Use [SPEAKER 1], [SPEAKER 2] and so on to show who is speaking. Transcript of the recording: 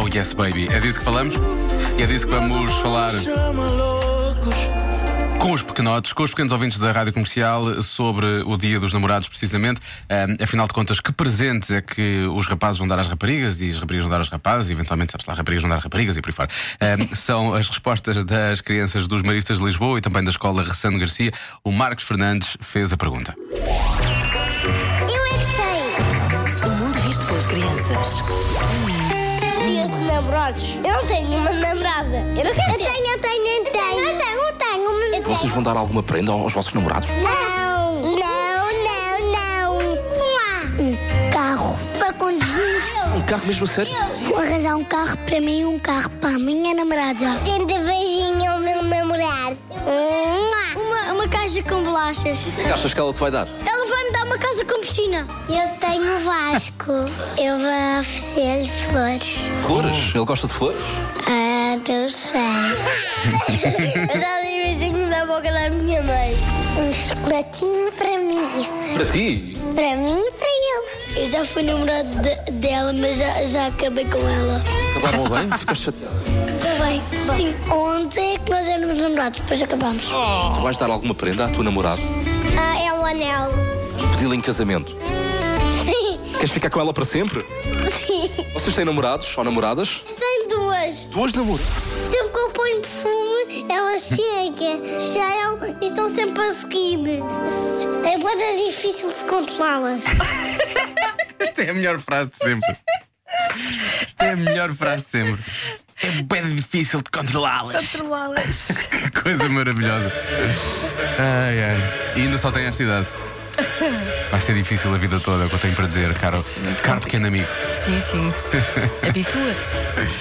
[SPEAKER 1] Oh yes, baby. É disso que falamos e é disso que vamos falar com os pequenotes, com os pequenos ouvintes da Rádio Comercial sobre o Dia dos Namorados, precisamente. Um, afinal de contas, que presentes é que os rapazes vão dar às raparigas e as raparigas vão dar aos rapazes e eventualmente, sabe-se lá, raparigas vão dar às raparigas e por aí fora. Um, são as respostas das crianças dos Maristas de Lisboa e também da Escola Ressano Garcia. O Marcos Fernandes fez a pergunta.
[SPEAKER 2] Eu é que sei.
[SPEAKER 3] O mundo visto pelas crianças.
[SPEAKER 2] Dia de namorados. Eu não tenho uma namorada. Eu não quero. Eu tenho, eu tenho, eu tenho. Eu tenho, eu tenho. Eu
[SPEAKER 4] Vocês vão dar alguma prenda aos vossos namorados?
[SPEAKER 2] Não, não, não, não. Não há. Um carro para conduzir.
[SPEAKER 4] Um carro mesmo a sério?
[SPEAKER 2] Vou arranjar um carro para mim e um carro para a minha namorada. Tenta beijinho ao meu namorado. Uma, uma caixa com bolachas.
[SPEAKER 4] O que achas que ela te vai dar?
[SPEAKER 2] Ela vai me dar uma casa com piscina. Eu tenho um Vasco. Eu vou oferecer flores.
[SPEAKER 4] Flores? Ele gosta de flores?
[SPEAKER 2] Ah, não sei. Eu já dei um beijinho na boca da minha mãe. Um chocolatinho para mim.
[SPEAKER 4] Para ti?
[SPEAKER 2] Para mim e para ele. Eu já fui namorado de- dela, mas já, já acabei com ela.
[SPEAKER 4] Acabaram bem? Ficaste chateado?
[SPEAKER 2] Está Tá bem. Sim, ontem é que nós éramos namorados, depois acabámos.
[SPEAKER 4] Tu vais dar alguma prenda à tua namorada?
[SPEAKER 2] Ah, é um anel.
[SPEAKER 4] Pedi-la em casamento. Queres ficar com ela para sempre? Vocês têm namorados ou namoradas?
[SPEAKER 2] Tem duas.
[SPEAKER 4] Duas namoras.
[SPEAKER 2] Sempre que eu ponho perfume, ela chega, cheiam e estão sempre a seguir-me. É muito difícil de controlá-las.
[SPEAKER 1] Esta é a melhor frase de sempre. Esta é a melhor frase de sempre. É bem difícil de controlá-las. Que coisa maravilhosa. Ai, ai. E ainda só tem esta idade. Vai ser difícil a vida toda, é o que eu tenho para dizer, caro,
[SPEAKER 5] muito
[SPEAKER 1] caro
[SPEAKER 5] complicado.
[SPEAKER 1] pequeno amigo.
[SPEAKER 5] Sim, sim. Habitua-te.